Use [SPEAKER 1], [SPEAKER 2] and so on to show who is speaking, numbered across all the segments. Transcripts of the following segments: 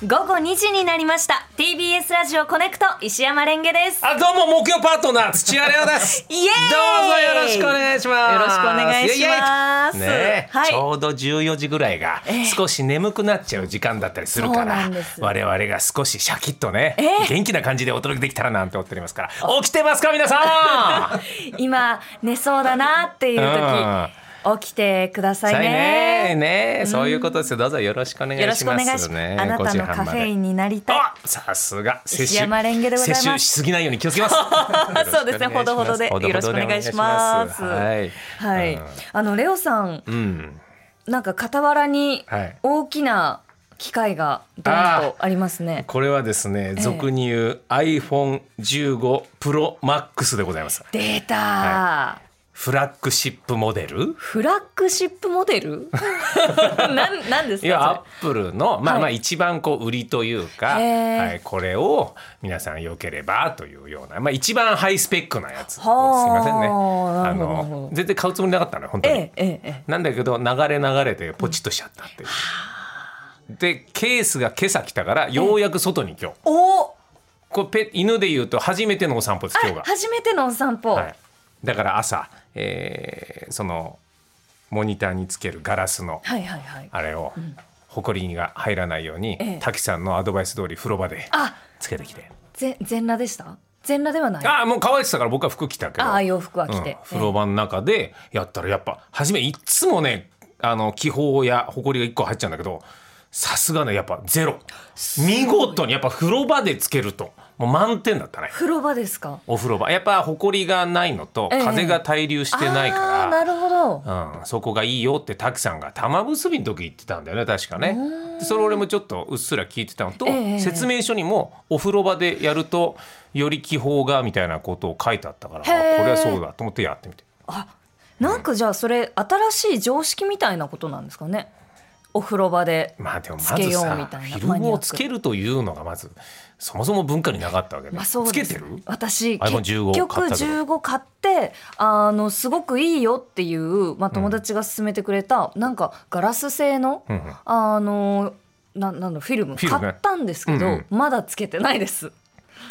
[SPEAKER 1] 午後2時になりました TBS ラジオコネクト石山レンゲです
[SPEAKER 2] あ、どうも、木曜パートナー、土屋レオです。
[SPEAKER 1] イエーイ
[SPEAKER 2] どうぞよろしくお願いします。
[SPEAKER 1] よろしくお願いします
[SPEAKER 2] イエイイエイねえ
[SPEAKER 1] はい
[SPEAKER 2] ちょうど14時ぐらいが
[SPEAKER 1] ええ
[SPEAKER 2] 少し眠くなっちゃう時間だったりするか
[SPEAKER 1] そうな
[SPEAKER 2] ら、
[SPEAKER 1] んです
[SPEAKER 2] 我々が少しシャキッとね、
[SPEAKER 1] ええ
[SPEAKER 2] 元気な感じでお届けできたらなんて思っておりますから、起きてますか皆 さん。
[SPEAKER 1] 今寝そうだなっていう時起きてください
[SPEAKER 2] さいね
[SPEAKER 1] ね
[SPEAKER 2] ね、そういうことですよ。どうぞよろしくお願いし
[SPEAKER 1] よ
[SPEAKER 2] ま
[SPEAKER 1] ろ
[SPEAKER 2] す
[SPEAKER 1] し
[SPEAKER 2] ね。
[SPEAKER 1] くお願いします、あなたのカフェインになりたい
[SPEAKER 2] あ、さすが
[SPEAKER 1] 石山レンゲでございます。
[SPEAKER 2] 摂取しすぎないように気をつけます
[SPEAKER 1] そうですねほどほどで
[SPEAKER 2] ほどほど
[SPEAKER 1] よろしくお願いします
[SPEAKER 2] お願いしますは。
[SPEAKER 1] はいい、あのレオさん
[SPEAKER 2] うん。うん
[SPEAKER 1] なんか傍らに
[SPEAKER 2] はい
[SPEAKER 1] 大きな機械がドーンとありますね
[SPEAKER 2] これはですね、
[SPEAKER 1] え
[SPEAKER 2] 俗に言う iPhone15 Pro Max でございます。
[SPEAKER 1] 出た、
[SPEAKER 2] はフラッグシップモデル。
[SPEAKER 1] フラッグシップモデル なんなんですか
[SPEAKER 2] いや
[SPEAKER 1] そ
[SPEAKER 2] ア
[SPEAKER 1] れ
[SPEAKER 2] ップルのまあ
[SPEAKER 1] はい
[SPEAKER 2] まあ一番こう売りというか、
[SPEAKER 1] へー
[SPEAKER 2] はい、これを皆さんよければというようなまあ一番ハイスペックなやつすい
[SPEAKER 1] はあ
[SPEAKER 2] ませんね
[SPEAKER 1] な
[SPEAKER 2] あ
[SPEAKER 1] るほどなるほど
[SPEAKER 2] の全然買うつもりなかったのよ本当に、
[SPEAKER 1] えええええ
[SPEAKER 2] なんだけど流れ流れてポチッとしちゃったっていう、でケースが今朝来たからようやく外に今日、
[SPEAKER 1] えお
[SPEAKER 2] これペ犬で言うと初めてのお散歩です今
[SPEAKER 1] あ
[SPEAKER 2] 日が。
[SPEAKER 1] 初めてのお散歩、
[SPEAKER 2] はい、だから朝、えーそのモニターにつけるガラスの
[SPEAKER 1] はいはいはい。
[SPEAKER 2] あれを、埃が入らないように、
[SPEAKER 1] ええ
[SPEAKER 2] 滝さんのアドバイス通り風呂場で
[SPEAKER 1] あ、
[SPEAKER 2] つけてきて
[SPEAKER 1] ぜ全裸でした？全裸ではない。あ
[SPEAKER 2] ああもう乾いてたから僕は服着たけど
[SPEAKER 1] あ、洋服は着て
[SPEAKER 2] うん。風呂場の中でやったらやっぱ初めいっつもねあの気泡や埃が1個入っちゃうんだけどさすがねやっぱゼロ見事にやっぱ風呂場でつけるともう満点だったね
[SPEAKER 1] え風呂場ですか？
[SPEAKER 2] お風呂場やっぱ埃がないのと、
[SPEAKER 1] ええ
[SPEAKER 2] 風が滞留してないか
[SPEAKER 1] あー
[SPEAKER 2] ら
[SPEAKER 1] なるほど。
[SPEAKER 2] うん、そこがいいよって滝さんが玉結びの時言ってたんだよね確かね
[SPEAKER 1] うん
[SPEAKER 2] でそれ俺もちょっとうっすら聞いてたのと、
[SPEAKER 1] ええ
[SPEAKER 2] 説明書にもお風呂場でやるとより気泡がみたいなことを書いてあったからあこ
[SPEAKER 1] へえ
[SPEAKER 2] れはそうだと思ってやってみて
[SPEAKER 1] あ、なんかじゃあそれ新しい常識みたいなことなんですかね？お風呂場で。
[SPEAKER 2] まあでもま
[SPEAKER 1] つけ
[SPEAKER 2] ず
[SPEAKER 1] ようみ
[SPEAKER 2] さ
[SPEAKER 1] たいな
[SPEAKER 2] フィルムをつけるというのがまずそもそも文化になかったわけで,、
[SPEAKER 1] まあそう
[SPEAKER 2] つ
[SPEAKER 1] で
[SPEAKER 2] け
[SPEAKER 1] す
[SPEAKER 2] てる
[SPEAKER 1] 私
[SPEAKER 2] iPhone
[SPEAKER 1] 結
[SPEAKER 2] 15
[SPEAKER 1] 局
[SPEAKER 2] 買ったけど
[SPEAKER 1] 15買ってあのすごくいいよっていう、まあ、友達が勧めてくれた、なんかガラス製の、
[SPEAKER 2] うんうん
[SPEAKER 1] あのななんだフィルム
[SPEAKER 2] フィルム
[SPEAKER 1] 買
[SPEAKER 2] ね
[SPEAKER 1] ったんですけど、
[SPEAKER 2] うんうん
[SPEAKER 1] まだつけてないです。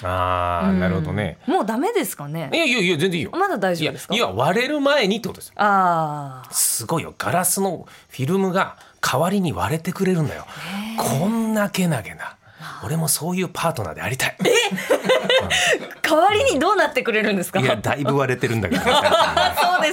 [SPEAKER 2] ああ、
[SPEAKER 1] うん
[SPEAKER 2] なるほどね。
[SPEAKER 1] もうダメですか
[SPEAKER 2] い
[SPEAKER 1] ね。
[SPEAKER 2] やいやいや全然いいよ、
[SPEAKER 1] まだ大
[SPEAKER 2] い
[SPEAKER 1] 丈夫
[SPEAKER 2] や
[SPEAKER 1] ですか。
[SPEAKER 2] いや割れる前にってことですよ
[SPEAKER 1] ああ。
[SPEAKER 2] すごいよガラスのフィルムが代わりに割れてくれるんだよこんなけなげな俺もそういうパートナーでありたい
[SPEAKER 1] 代わりにどうなってくれるんですか。
[SPEAKER 2] いやだいぶ割れてるんだけど
[SPEAKER 1] そう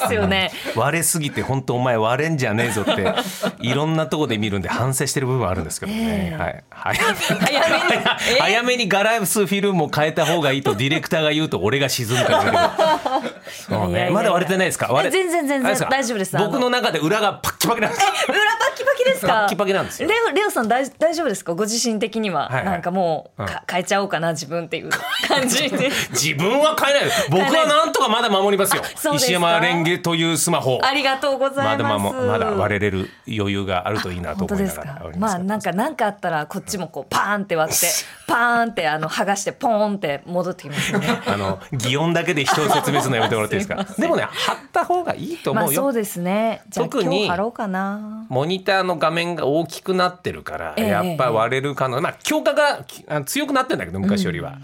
[SPEAKER 1] ですよね。
[SPEAKER 2] 割れすぎて本当お前割れんじゃねえぞっていろんなとこで見るんで反省してる部分はあるんですけどね、
[SPEAKER 1] ええ
[SPEAKER 2] はい 早めに
[SPEAKER 1] 早めに。え
[SPEAKER 2] 早めにガラスフィルムを変えた方がいいとディレクターが言うと俺が沈むからだけど そ
[SPEAKER 1] いやいや
[SPEAKER 2] う
[SPEAKER 1] い
[SPEAKER 2] ね
[SPEAKER 1] や
[SPEAKER 2] まだ割れてないですか割れ
[SPEAKER 1] 全然全然
[SPEAKER 2] あれか
[SPEAKER 1] 大丈夫ですあの
[SPEAKER 2] 僕の中で裏がパッキパキなんです
[SPEAKER 1] 裏パッキパキですか。
[SPEAKER 2] パッキパキなんですよ
[SPEAKER 1] レオレオさん大大丈夫ですか。ご自身的には、
[SPEAKER 2] はいはい
[SPEAKER 1] なんかもう、
[SPEAKER 2] うん
[SPEAKER 1] か変えちゃおうかな自分っていう感じ で。
[SPEAKER 2] 自分は買えないです僕はなんとかまだ守りますよ
[SPEAKER 1] あそうですか
[SPEAKER 2] 石山レンゲというスマホ
[SPEAKER 1] ありがとうござ
[SPEAKER 2] ま
[SPEAKER 1] い
[SPEAKER 2] だ
[SPEAKER 1] ま。
[SPEAKER 2] ますもまだ割れれる余裕があるといいなと
[SPEAKER 1] 本当
[SPEAKER 2] 思い
[SPEAKER 1] で
[SPEAKER 2] な
[SPEAKER 1] す
[SPEAKER 2] がら
[SPEAKER 1] か
[SPEAKER 2] おり
[SPEAKER 1] ま
[SPEAKER 2] ます
[SPEAKER 1] あ
[SPEAKER 2] けど
[SPEAKER 1] なんかなんかあったらこっちもこうパーンって割 ってパーンってあの剥がしてポーンって戻ってきます よね。
[SPEAKER 2] あの擬音だけで人を説明するのやめてもらっていいです かでもね貼った方がいいと
[SPEAKER 1] ま
[SPEAKER 2] 思
[SPEAKER 1] あ
[SPEAKER 2] う
[SPEAKER 1] そう
[SPEAKER 2] よ
[SPEAKER 1] ですね。じゃあ
[SPEAKER 2] 特
[SPEAKER 1] 今
[SPEAKER 2] に
[SPEAKER 1] 日貼ろうかな。
[SPEAKER 2] モニターの画面が大きくなってるから
[SPEAKER 1] ええ
[SPEAKER 2] やっぱ割れる可能まあ強化がきあ強くなってんだけど昔よりは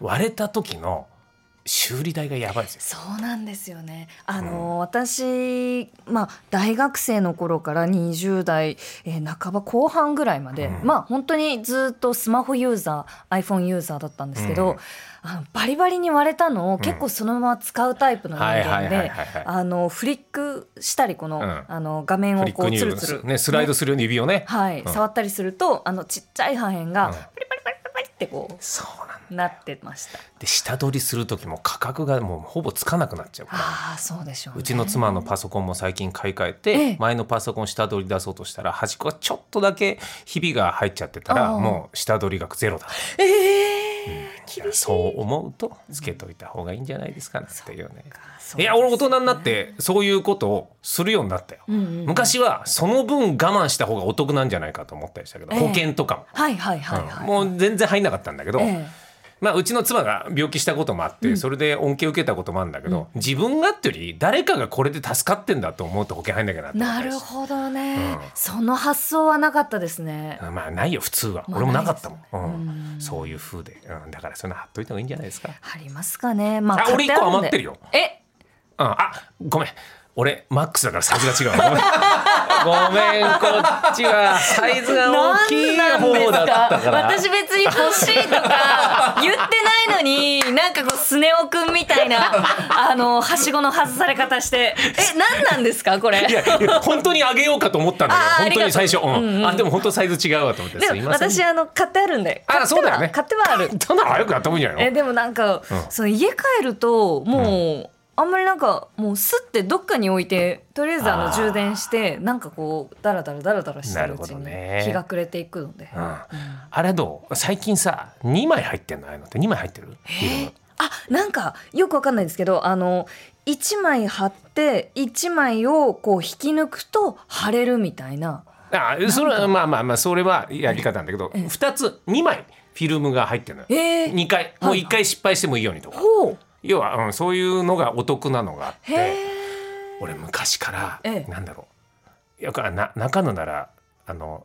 [SPEAKER 2] 割れた時の修理代がやばいですよ
[SPEAKER 1] そうなんですよね。あの、私まあ大学生の頃から20代、えー半ば後半ぐらいまで、まあ本当にずっとスマホユーザー、iPhone ユーザーだったんですけど、
[SPEAKER 2] うん
[SPEAKER 1] あのバリバリに割れたのを結構そのまま使うタイプの人間
[SPEAKER 2] はいはいはい
[SPEAKER 1] で
[SPEAKER 2] はいはい、
[SPEAKER 1] あのフリックしたりこの、
[SPEAKER 2] うん
[SPEAKER 1] あの画面
[SPEAKER 2] フ
[SPEAKER 1] を
[SPEAKER 2] リッ
[SPEAKER 1] こ
[SPEAKER 2] ク
[SPEAKER 1] う
[SPEAKER 2] 入
[SPEAKER 1] つる
[SPEAKER 2] 力
[SPEAKER 1] つる
[SPEAKER 2] ねスライドするように指をね
[SPEAKER 1] はい、
[SPEAKER 2] うん
[SPEAKER 1] 触ったりするとあのちっちゃい破片が
[SPEAKER 2] うん
[SPEAKER 1] パリパリパリパリパリってこ
[SPEAKER 2] そうなんだ
[SPEAKER 1] うなってました。
[SPEAKER 2] で下取りする時も価格がもうほぼつかなくなっちゃうから
[SPEAKER 1] ああそうでしょう、ね。
[SPEAKER 2] うちの妻のパソコンも最近買い替え
[SPEAKER 1] ええ
[SPEAKER 2] て前のパソコン下取り出そうとしたら端っこがちょっとだけひびが入っちゃってたら
[SPEAKER 1] ああ
[SPEAKER 2] もう下取り額ゼロだ
[SPEAKER 1] ええ厳しい。
[SPEAKER 2] そう思うとつけといた方がいいんじゃないですかなってい
[SPEAKER 1] そ
[SPEAKER 2] うね
[SPEAKER 1] うです
[SPEAKER 2] いや俺大人になってそういうことをするようになったよ
[SPEAKER 1] うんうん
[SPEAKER 2] 昔はその分我慢した方がお得なんじゃないかと思ったりしたけど
[SPEAKER 1] ええ
[SPEAKER 2] 保険とかも
[SPEAKER 1] はいはいはいはい。
[SPEAKER 2] うんもう全然入んなかったんだけど
[SPEAKER 1] ええ
[SPEAKER 2] まあ、うちの妻が病気したこともあって、それで恩恵を受けたこともあるんだけど、自分がってより誰かがこれで助かってんだと思うと保険入んなきゃなって思った
[SPEAKER 1] な
[SPEAKER 2] り
[SPEAKER 1] る
[SPEAKER 2] して
[SPEAKER 1] ほどね、
[SPEAKER 2] うん
[SPEAKER 1] その発想はなかったですね
[SPEAKER 2] まあないよ普通は、
[SPEAKER 1] まあ
[SPEAKER 2] 俺もなかったもん、うん
[SPEAKER 1] うん
[SPEAKER 2] そういう風で、うん、だからそんな貼っといた方がいいんじゃないですか、
[SPEAKER 1] ありますかねまあ
[SPEAKER 2] あ俺
[SPEAKER 1] 買
[SPEAKER 2] 一個
[SPEAKER 1] あん
[SPEAKER 2] 余
[SPEAKER 1] で
[SPEAKER 2] ってるよ、
[SPEAKER 1] え
[SPEAKER 2] うん、あごめん俺マックスだからサイズが違うわ ごめんこっちはサイズが大きい方だったから
[SPEAKER 1] なんなんですか私別に欲しいと か言ってないのになんかこうスネ夫くんみたいなあのはしごの外され方してえ何なんですかこれ
[SPEAKER 2] いやいや本当にあげようかと思ったんだ
[SPEAKER 1] あー
[SPEAKER 2] けど本当に最初
[SPEAKER 1] ありがとう
[SPEAKER 2] うん
[SPEAKER 1] うんうん
[SPEAKER 2] あでも本当サイズ違うわと思ってす
[SPEAKER 1] で
[SPEAKER 2] い
[SPEAKER 1] も
[SPEAKER 2] ません
[SPEAKER 1] 私あの買ってあるんで買っては
[SPEAKER 2] あそうだよね
[SPEAKER 1] 買ってはある
[SPEAKER 2] そんなの早くやったもんじゃない
[SPEAKER 1] え
[SPEAKER 2] の
[SPEAKER 1] でもなんか、
[SPEAKER 2] うん
[SPEAKER 1] その家帰るともう、あんまりなんかもうすってどっかに置いてとりあえずあ
[SPEAKER 2] あ
[SPEAKER 1] の
[SPEAKER 2] ー
[SPEAKER 1] 充電してなんかこうダラダラダラダラしてるうち
[SPEAKER 2] なるほど
[SPEAKER 1] に
[SPEAKER 2] ね
[SPEAKER 1] 日が暮れていくので、
[SPEAKER 2] うんあれどう最近さ2枚入ってんのああいうのって2枚入ってる
[SPEAKER 1] えーあなんかよくわかんないんですけどあの1枚貼って1枚をこう引き抜くと貼れるみたいな
[SPEAKER 2] あそれはまあまあまあそれはやり方なんだけど
[SPEAKER 1] ええ
[SPEAKER 2] 2つ2枚フィルムが入ってるのよ
[SPEAKER 1] えー、
[SPEAKER 2] 2回もう1回失敗してもいいようにとか
[SPEAKER 1] ほう
[SPEAKER 2] 要は、うん、そういうのがお得なのがあっ
[SPEAKER 1] へ
[SPEAKER 2] て
[SPEAKER 1] え
[SPEAKER 2] 俺昔から、
[SPEAKER 1] ええ
[SPEAKER 2] なんだろうよくあな中野ならあの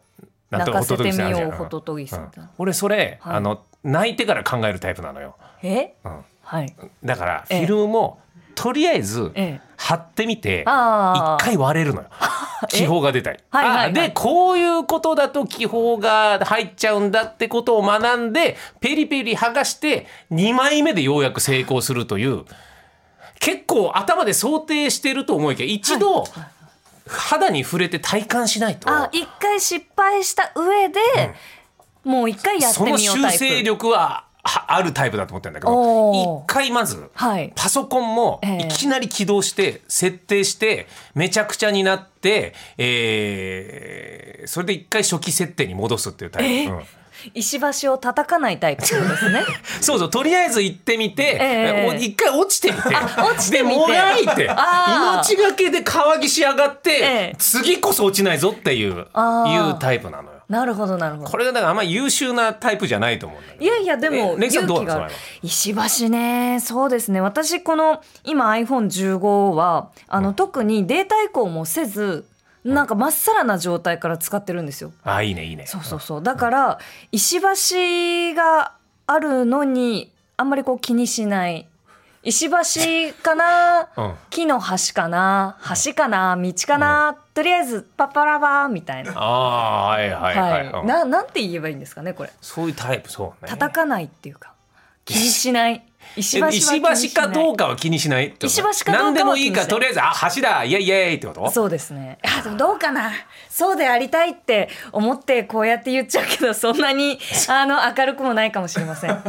[SPEAKER 2] なん
[SPEAKER 1] 泣
[SPEAKER 2] と
[SPEAKER 1] か
[SPEAKER 2] か
[SPEAKER 1] せて
[SPEAKER 2] 仏さ
[SPEAKER 1] み
[SPEAKER 2] んあるじゃ
[SPEAKER 1] よ
[SPEAKER 2] ん
[SPEAKER 1] うホトトギ
[SPEAKER 2] う
[SPEAKER 1] スみ
[SPEAKER 2] ん
[SPEAKER 1] たいな、
[SPEAKER 2] 俺それ、
[SPEAKER 1] はい
[SPEAKER 2] あの泣いてから考えるタイプなのよ、
[SPEAKER 1] え
[SPEAKER 2] うん、
[SPEAKER 1] はい
[SPEAKER 2] だからフ
[SPEAKER 1] ええ
[SPEAKER 2] ィルムも、とりあえず
[SPEAKER 1] ええ
[SPEAKER 2] 貼ってみて
[SPEAKER 1] あ
[SPEAKER 2] 一
[SPEAKER 1] ー
[SPEAKER 2] 回割れるのよ
[SPEAKER 1] え
[SPEAKER 2] 気泡が出たり、
[SPEAKER 1] はいはいはい
[SPEAKER 2] あでこういうことだと気泡が入っちゃうんだってことを学んでペリペリ剥がして2枚目でようやく成功するという結構頭で想定してると思いきや一度肌に触れて体感しないと
[SPEAKER 1] あ一回失敗した上で、もう一回やって
[SPEAKER 2] そ
[SPEAKER 1] みよ
[SPEAKER 2] の
[SPEAKER 1] うタイ
[SPEAKER 2] 修
[SPEAKER 1] プ
[SPEAKER 2] 正力ははあるタイプだと思ってるんだけ
[SPEAKER 1] お
[SPEAKER 2] ど
[SPEAKER 1] ー
[SPEAKER 2] 一回まず
[SPEAKER 1] はい
[SPEAKER 2] パソコンも
[SPEAKER 1] ええ
[SPEAKER 2] いきなり起動して設定してめちゃくちゃになって、えーそれで一回初期設定に戻すっていうタイプ、うん
[SPEAKER 1] 石橋を叩かないタイプですね
[SPEAKER 2] そうそうとりあえず行ってみて、
[SPEAKER 1] ええ
[SPEAKER 2] お一回落ちてみて
[SPEAKER 1] 落ちてみて
[SPEAKER 2] でもがいて
[SPEAKER 1] あー
[SPEAKER 2] 命がけで乾きし上がって、
[SPEAKER 1] ええ
[SPEAKER 2] 次こそ落ちないぞっていういう
[SPEAKER 1] あー
[SPEAKER 2] タイプなのよ。
[SPEAKER 1] なるほどなるほど
[SPEAKER 2] これがだからあんま優秀なタイプじゃないと思うんだけど
[SPEAKER 1] いやいやでも
[SPEAKER 2] え
[SPEAKER 1] 勇
[SPEAKER 2] レイさんどう
[SPEAKER 1] 気
[SPEAKER 2] なの
[SPEAKER 1] がある石橋ねそうですね私この今 iPhone15 はあの、特にデータ移行もせずなんかまっさらな状態から使ってるんですよ。
[SPEAKER 2] あいいねいいね
[SPEAKER 1] そうそうそうだから石橋があるのにあんまりこう気にしない石橋かな
[SPEAKER 2] うん
[SPEAKER 1] 木の橋かな橋かな道かな、とりあえずパパラバーみたいな、
[SPEAKER 2] ああはいはいはい、うん
[SPEAKER 1] ななんて言えばいいんですかねこれ
[SPEAKER 2] そういうタイプそうね
[SPEAKER 1] 叩かないっていうか気にしない石橋は
[SPEAKER 2] え
[SPEAKER 1] 気に
[SPEAKER 2] 石
[SPEAKER 1] しない
[SPEAKER 2] 橋かどうかは気にしないってこと
[SPEAKER 1] 石橋かどうかは
[SPEAKER 2] 何でもいいか
[SPEAKER 1] 気にしな
[SPEAKER 2] と
[SPEAKER 1] い
[SPEAKER 2] りあえずあ橋だイエイイエイってこと
[SPEAKER 1] そうですねあでもどうかなそうでありたいって思ってこうやって言っちゃうけどそんな にあの明るくもないかもしれません、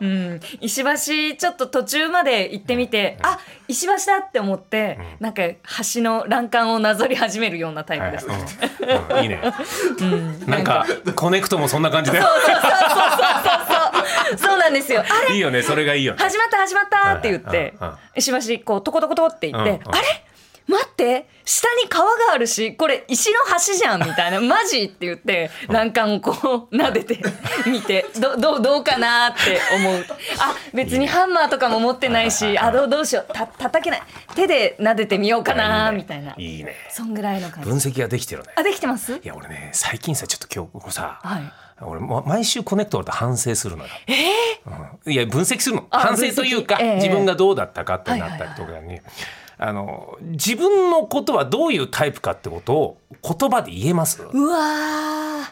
[SPEAKER 1] うん、石橋ちょっと途中まで行ってみて、あ石橋だって思って、なんか橋の欄干をなぞり始めるようなタイ
[SPEAKER 2] は
[SPEAKER 1] プ
[SPEAKER 2] い
[SPEAKER 1] です、
[SPEAKER 2] うんうんいいね、なんかコネクトもそんな感じで
[SPEAKER 1] そうそうなんですよあれ
[SPEAKER 2] いいよねそれがいいよね
[SPEAKER 1] 始まった始まったって言っ
[SPEAKER 2] はいはい
[SPEAKER 1] て
[SPEAKER 2] うんうん
[SPEAKER 1] 石橋こうトコトコトコって言って、
[SPEAKER 2] うんうん
[SPEAKER 1] あれ待って下に川があるしこれ石の橋じゃんみたい なマジって言って欄干をこう撫でて見てどどうどうかなって思うあ別にハンマーとかも持ってないしあどうどうしようた叩けない手で撫でてみようかなみたいない
[SPEAKER 2] いね
[SPEAKER 1] そんぐらいの感じ
[SPEAKER 2] 分析ができてるね
[SPEAKER 1] あできてます
[SPEAKER 2] いや俺ね最近さちょっと今日ここさ、
[SPEAKER 1] はい
[SPEAKER 2] 俺も毎週コネクトだと反省するのよ。うんいや分析するの
[SPEAKER 1] あ
[SPEAKER 2] 反省というか、
[SPEAKER 1] 分析ええ
[SPEAKER 2] 自分がどうだったかってなったりとかに、あの自分のことはどういうタイプかってことを言葉で言えます
[SPEAKER 1] うわー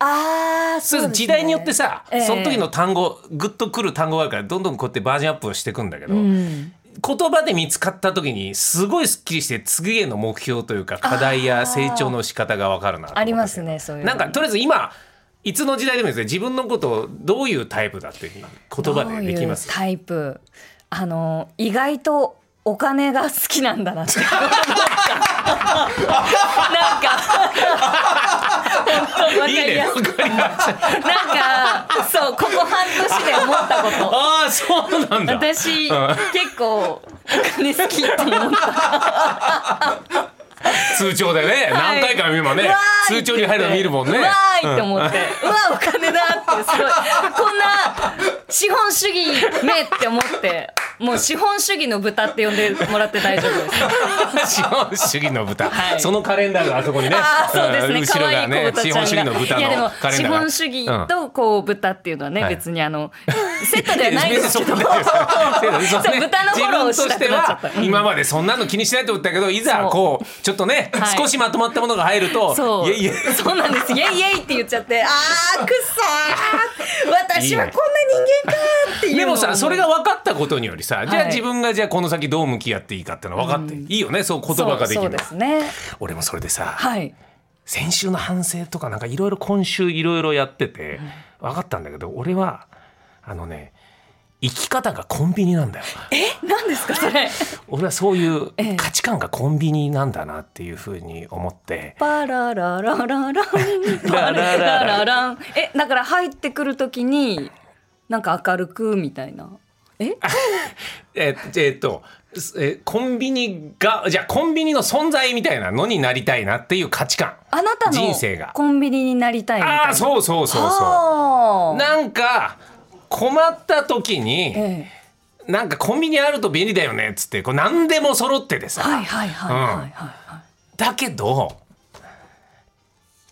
[SPEAKER 1] あー
[SPEAKER 2] そう
[SPEAKER 1] そうですね
[SPEAKER 2] 時代によってさ、
[SPEAKER 1] ええ
[SPEAKER 2] その時の単語グッとくる単語があるからどんどんこうやってバージョンアップをしていくんだけど、
[SPEAKER 1] うん
[SPEAKER 2] 言葉で見つかった時にすごいすっきりして次への目標というか課題や成長の仕方が分かるなと思った
[SPEAKER 1] ありますねそういうの
[SPEAKER 2] なんかとりあえず今いつの時代でもいいですね自分のことをどういうタイプだっていう言葉でできます
[SPEAKER 1] どういうタイプあの意外とお金が好きなんだなってなんか本当わか
[SPEAKER 2] いい
[SPEAKER 1] り
[SPEAKER 2] ね
[SPEAKER 1] や
[SPEAKER 2] わ
[SPEAKER 1] すい
[SPEAKER 2] かりました
[SPEAKER 1] なんかそうここ半年で思ったこと
[SPEAKER 2] ああそうなんだ
[SPEAKER 1] 私、結構お金好きって思った
[SPEAKER 2] 通帳でね、
[SPEAKER 1] はい
[SPEAKER 2] 何回か見ればね
[SPEAKER 1] うわーい
[SPEAKER 2] 通帳に入るの見るもんね
[SPEAKER 1] うわーいって思って、うわお金だっっていうすごいこんな資本主義めって思ってもう資本主義の豚って呼んでもらって大丈夫 です。
[SPEAKER 2] 資本主義の豚、
[SPEAKER 1] はい
[SPEAKER 2] そのカレンダーがあそこにね
[SPEAKER 1] ああそうです
[SPEAKER 2] ん
[SPEAKER 1] ね
[SPEAKER 2] 後
[SPEAKER 1] 可
[SPEAKER 2] ろ
[SPEAKER 1] 愛い
[SPEAKER 2] が
[SPEAKER 1] 子
[SPEAKER 2] ね
[SPEAKER 1] 豚ち
[SPEAKER 2] 資
[SPEAKER 1] ゃんが
[SPEAKER 2] 本主義の豚
[SPEAKER 1] いやで
[SPEAKER 2] の
[SPEAKER 1] も
[SPEAKER 2] カレン
[SPEAKER 1] 資
[SPEAKER 2] ダーが
[SPEAKER 1] 本主義
[SPEAKER 2] うん
[SPEAKER 1] とこう豚っていうのはね、
[SPEAKER 2] はい
[SPEAKER 1] 別にあのセットではないんですけど
[SPEAKER 2] 別にそんなことですよ
[SPEAKER 1] そう豚のフォローを
[SPEAKER 2] 自分として
[SPEAKER 1] したくなっちゃった
[SPEAKER 2] は
[SPEAKER 1] うん
[SPEAKER 2] 今までそんなの気にしないと思ったけどいざ
[SPEAKER 1] そう
[SPEAKER 2] こうちょっとね
[SPEAKER 1] はい
[SPEAKER 2] 少しまとまったものが入ると
[SPEAKER 1] そう
[SPEAKER 2] いやいや
[SPEAKER 1] そうなんですイエイイエイって言っちゃってあーくっ さー私はこんな人間かーっていうの
[SPEAKER 2] で
[SPEAKER 1] を
[SPEAKER 2] もさそれが分かったことによりさじゃあ
[SPEAKER 1] はい
[SPEAKER 2] 自分がじゃあこの先どう向き合っていいかってのは分かっていいよねそう言葉がで
[SPEAKER 1] そ
[SPEAKER 2] き
[SPEAKER 1] うそう
[SPEAKER 2] る
[SPEAKER 1] ですね
[SPEAKER 2] 俺もそれでさ
[SPEAKER 1] はい
[SPEAKER 2] 先週の反省とかなんかいろいろ今週いろいろやってて分かったんだけど俺はあのね生き方がコンビニなんだよ
[SPEAKER 1] え何ですかそれ
[SPEAKER 2] 俺はそういう
[SPEAKER 1] ええ
[SPEAKER 2] 価値観がコンビニなんだなっていうふうに思って
[SPEAKER 1] パラララララン
[SPEAKER 2] ララ
[SPEAKER 1] パ
[SPEAKER 2] ラ
[SPEAKER 1] ラ
[SPEAKER 2] ラ
[SPEAKER 1] ララランえだから入ってくるときになんか明るくみたいなえ
[SPEAKER 2] えーえーっと、えーコンビニがじゃあコンビニの存在みたいなのになりたいなっていう価値観
[SPEAKER 1] あなた
[SPEAKER 2] 人生が
[SPEAKER 1] のコンビニになりたいみたいな
[SPEAKER 2] ああーそうそうそうそ
[SPEAKER 1] は
[SPEAKER 2] う
[SPEAKER 1] あ
[SPEAKER 2] なんか困った時に
[SPEAKER 1] ええ
[SPEAKER 2] なんかコンビニあると便利だよねっつってこう何でも揃っててさ、
[SPEAKER 1] はいはいはいはいは
[SPEAKER 2] だけど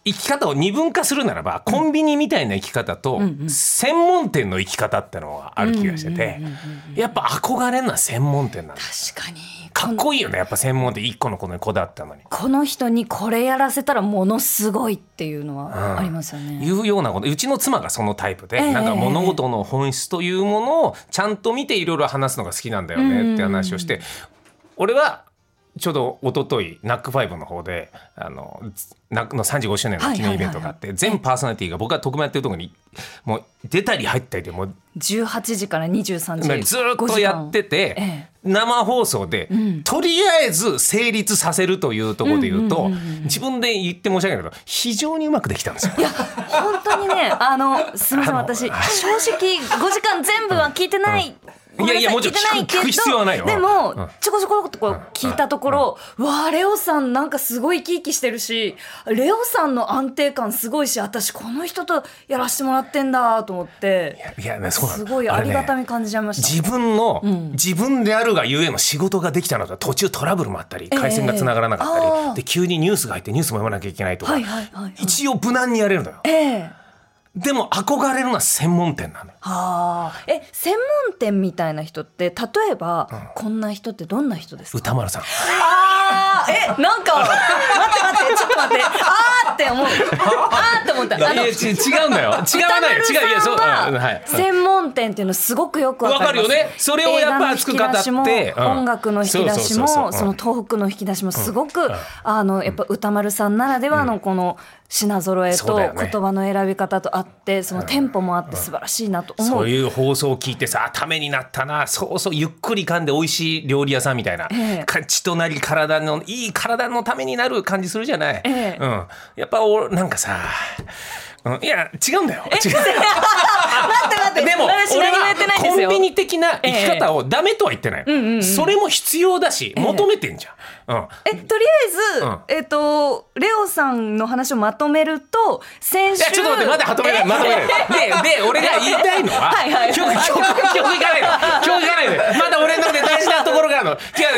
[SPEAKER 2] 生き方を二分化するならばコンビニみたいな生き方と
[SPEAKER 1] うんうん
[SPEAKER 2] 専門店の生き方ってのがあ
[SPEAKER 1] い。
[SPEAKER 2] る気がしてて
[SPEAKER 1] うんうんうんうん
[SPEAKER 2] やっぱ憧れんのは専門店なんだ
[SPEAKER 1] 確かに
[SPEAKER 2] かっこいいよねやっぱ専門店一個のこのこだわったのに。
[SPEAKER 1] この人にこれやらせたらものすごいっていうのはありますよね。
[SPEAKER 2] いうようなことうちの妻がそのタイプで、
[SPEAKER 1] ええ
[SPEAKER 2] なんか物事の本質というものをちゃんと見ていろいろ話すのが好きなんだよねって話をして、俺はちょうど一昨日ナックファイブの方であのナックの35周年の記念イベントがあって、全パーソナリティが僕が特番やってるところにもう出たり入ったりでもう
[SPEAKER 1] 18時から23時
[SPEAKER 2] ずーっとやってて、
[SPEAKER 1] ええ
[SPEAKER 2] 生放送で、
[SPEAKER 1] うん
[SPEAKER 2] とりあえず成立させるというところで言うと、
[SPEAKER 1] うんうんうんうん
[SPEAKER 2] 自分で言って申し訳ないけど非常にうまくできたんですよ。
[SPEAKER 1] 本当にねあのすみません
[SPEAKER 2] あの
[SPEAKER 1] 私正直5時間全部は聞いてない。
[SPEAKER 2] うん
[SPEAKER 1] ごめ
[SPEAKER 2] いやいや
[SPEAKER 1] なさ
[SPEAKER 2] もちろ
[SPEAKER 1] 聞
[SPEAKER 2] ん
[SPEAKER 1] いてな
[SPEAKER 2] 聞く聞く必要はないよ
[SPEAKER 1] けどで
[SPEAKER 2] うんうん
[SPEAKER 1] もちょこちょこっとこう聞いたところ、わあレオさんなんかすごい生き生きしてるしレオさんの安定感すごいし私この人とやらせてもらってんだと思って
[SPEAKER 2] いやねそうなの
[SPEAKER 1] すごいありがたみ感じちゃいました。
[SPEAKER 2] 自分の、
[SPEAKER 1] ん
[SPEAKER 2] 自分であるがゆえの仕事ができたのと途中トラブルもあったり
[SPEAKER 1] ええ
[SPEAKER 2] 回線が繋がらなかったり、
[SPEAKER 1] ああ
[SPEAKER 2] で急にニュースが入ってニュースも読まなきゃいけないとか、
[SPEAKER 1] はいはいはいはい。
[SPEAKER 2] 一応無難にやれるのよ
[SPEAKER 1] ええ
[SPEAKER 2] でも憧れるのは専門店なのよ
[SPEAKER 1] はあ。え専門店みたいな人って例えば、こんな人ってどんな人ですか。
[SPEAKER 2] 歌丸さん
[SPEAKER 1] ああえなんか待って待ってちょっと待ってああって思うああって思った。あの
[SPEAKER 2] いやち違うんだよ違 わ
[SPEAKER 1] 歌
[SPEAKER 2] ないよ
[SPEAKER 1] 丸
[SPEAKER 2] 違ういやそう、
[SPEAKER 1] さん
[SPEAKER 2] うんは
[SPEAKER 1] はい専門店っていうのすごくよくわかります
[SPEAKER 2] わかるよねそれをやっぱ熱く語って
[SPEAKER 1] 映画の引き出しも
[SPEAKER 2] うん
[SPEAKER 1] 音楽の引き出し
[SPEAKER 2] そうそうそうそうう
[SPEAKER 1] も
[SPEAKER 2] ん
[SPEAKER 1] その東北の引き出しもすごくあのやっぱ歌丸さんならではのこの品揃え
[SPEAKER 2] そう
[SPEAKER 1] と言
[SPEAKER 2] だよね
[SPEAKER 1] 葉の選び方とあってそのテンポもあって素晴らしいなと思
[SPEAKER 2] そう ういう放送を聞いてさあためになったなそうそうゆっくり噛んで美味しい料理屋さんみたいな、
[SPEAKER 1] ええ
[SPEAKER 2] か血となり体のいい体のためになる感じするじゃない、
[SPEAKER 1] ええ
[SPEAKER 2] うん、やっぱおなんかさ、うん、いや違うんだよ違う
[SPEAKER 1] 待って待って
[SPEAKER 2] でも
[SPEAKER 1] 私
[SPEAKER 2] 俺
[SPEAKER 1] 何もや
[SPEAKER 2] は
[SPEAKER 1] ってないんです
[SPEAKER 2] コン
[SPEAKER 1] よ
[SPEAKER 2] ビニ的な生き方をダメとは言ってないの、
[SPEAKER 1] ええうんうんうん
[SPEAKER 2] それも必要だし
[SPEAKER 1] え
[SPEAKER 2] 求めてんじゃん、うん、
[SPEAKER 1] えとりあえず、
[SPEAKER 2] うん
[SPEAKER 1] えっ、とレオさんの話をまとめると先
[SPEAKER 2] いや
[SPEAKER 1] 週
[SPEAKER 2] ちょっと待ってまだまと めないまとめないでで俺が言いたいのは
[SPEAKER 1] はいはい
[SPEAKER 2] 曲曲 曲いかないの曲いかないでまだ俺ので大事なところがあるの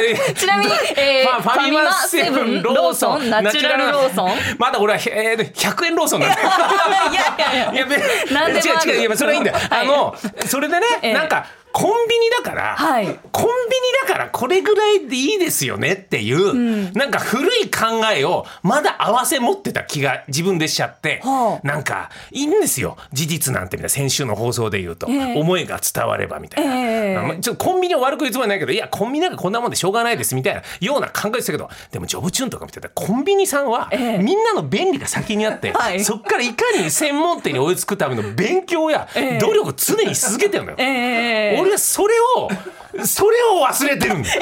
[SPEAKER 2] 違う
[SPEAKER 1] ちなみに、えー、ファミマセブンローソンナチュラルローソン い
[SPEAKER 2] まだ俺は、えー、100円ローソンなんだよ
[SPEAKER 1] やいやいや
[SPEAKER 2] いやべ
[SPEAKER 1] 何でもある
[SPEAKER 2] 違う違ういやそれはいいんだよ、
[SPEAKER 1] はい
[SPEAKER 2] あのそれでね、
[SPEAKER 1] ええ
[SPEAKER 2] なんかコンビニだから、
[SPEAKER 1] はい
[SPEAKER 2] コンビニだからこれぐらいでいいですよねっていう、なんか古い考えをまだ合わせ持ってた気が自分でしちゃって、
[SPEAKER 1] はあ
[SPEAKER 2] なんかいいんですよ事実なんてみたいな先週の放送で言うと、
[SPEAKER 1] ええ
[SPEAKER 2] 思いが伝わればみたいな、
[SPEAKER 1] ええ
[SPEAKER 2] あんまちょっとコンビニを悪く言うつもりはないけどいやコンビニなんかこんなもんでしょうがないですみたいなような考えしてたけどでもジョブチューンとか見てたらコンビニさんは、
[SPEAKER 1] ええ
[SPEAKER 2] みんなの便利が先にあって、
[SPEAKER 1] はい
[SPEAKER 2] そっからいかに専門店に追いつくための勉強や
[SPEAKER 1] ええ
[SPEAKER 2] 努力を常にし続けてるのよ。
[SPEAKER 1] えー、
[SPEAKER 2] 俺はそれをそれを忘れてるんだよ。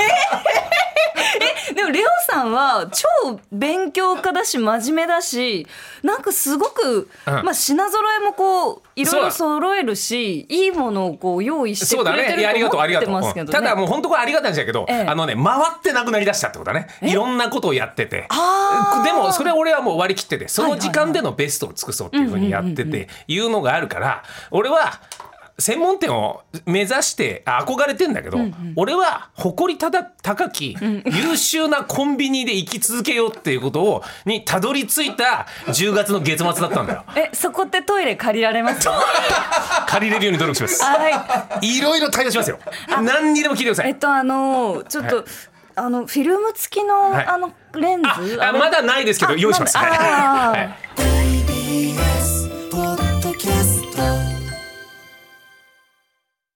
[SPEAKER 1] でもレオさんは超勉強家だし真面目だしなんかすごく、
[SPEAKER 2] うん
[SPEAKER 1] まあ、品揃えもこういろい
[SPEAKER 2] そう
[SPEAKER 1] ろ
[SPEAKER 2] だ
[SPEAKER 1] 揃えるしいいものをこう用意して
[SPEAKER 2] そ
[SPEAKER 1] く
[SPEAKER 2] うだ
[SPEAKER 1] れて
[SPEAKER 2] ね。いやあ
[SPEAKER 1] る
[SPEAKER 2] りが
[SPEAKER 1] と
[SPEAKER 2] とう、
[SPEAKER 1] 思
[SPEAKER 2] ありが
[SPEAKER 1] って
[SPEAKER 2] とう。
[SPEAKER 1] ますけど
[SPEAKER 2] うん
[SPEAKER 1] ね。
[SPEAKER 2] ただもう本当これありがたいんだけど、
[SPEAKER 1] ええ
[SPEAKER 2] あのね、回ってなくなりだしたってことだね。いろんなことをやってて。
[SPEAKER 1] あー
[SPEAKER 2] でも、それは俺はもう割り切ってて、その時
[SPEAKER 1] はいはいはい
[SPEAKER 2] 間でのベストを尽くそうっていうふうにやってて、いうのがあるから、俺は、専門店を目指してあ憧れてんだけど、俺は誇りただ高き優秀なコンビニで生き続けようっていうことをにたどり着いた10月の月末だったん だよ
[SPEAKER 1] えそこってトイレ借りられますか
[SPEAKER 2] 借りれるように努力します
[SPEAKER 1] はい
[SPEAKER 2] いろいろ対応しますよ何にでも聞いてください
[SPEAKER 1] えっとあのちょっと、あのフィルム付きの、
[SPEAKER 2] はい
[SPEAKER 1] あのレンズ
[SPEAKER 2] ああまだないですけど
[SPEAKER 1] あ
[SPEAKER 2] 用意します。
[SPEAKER 1] まだあー
[SPEAKER 2] はい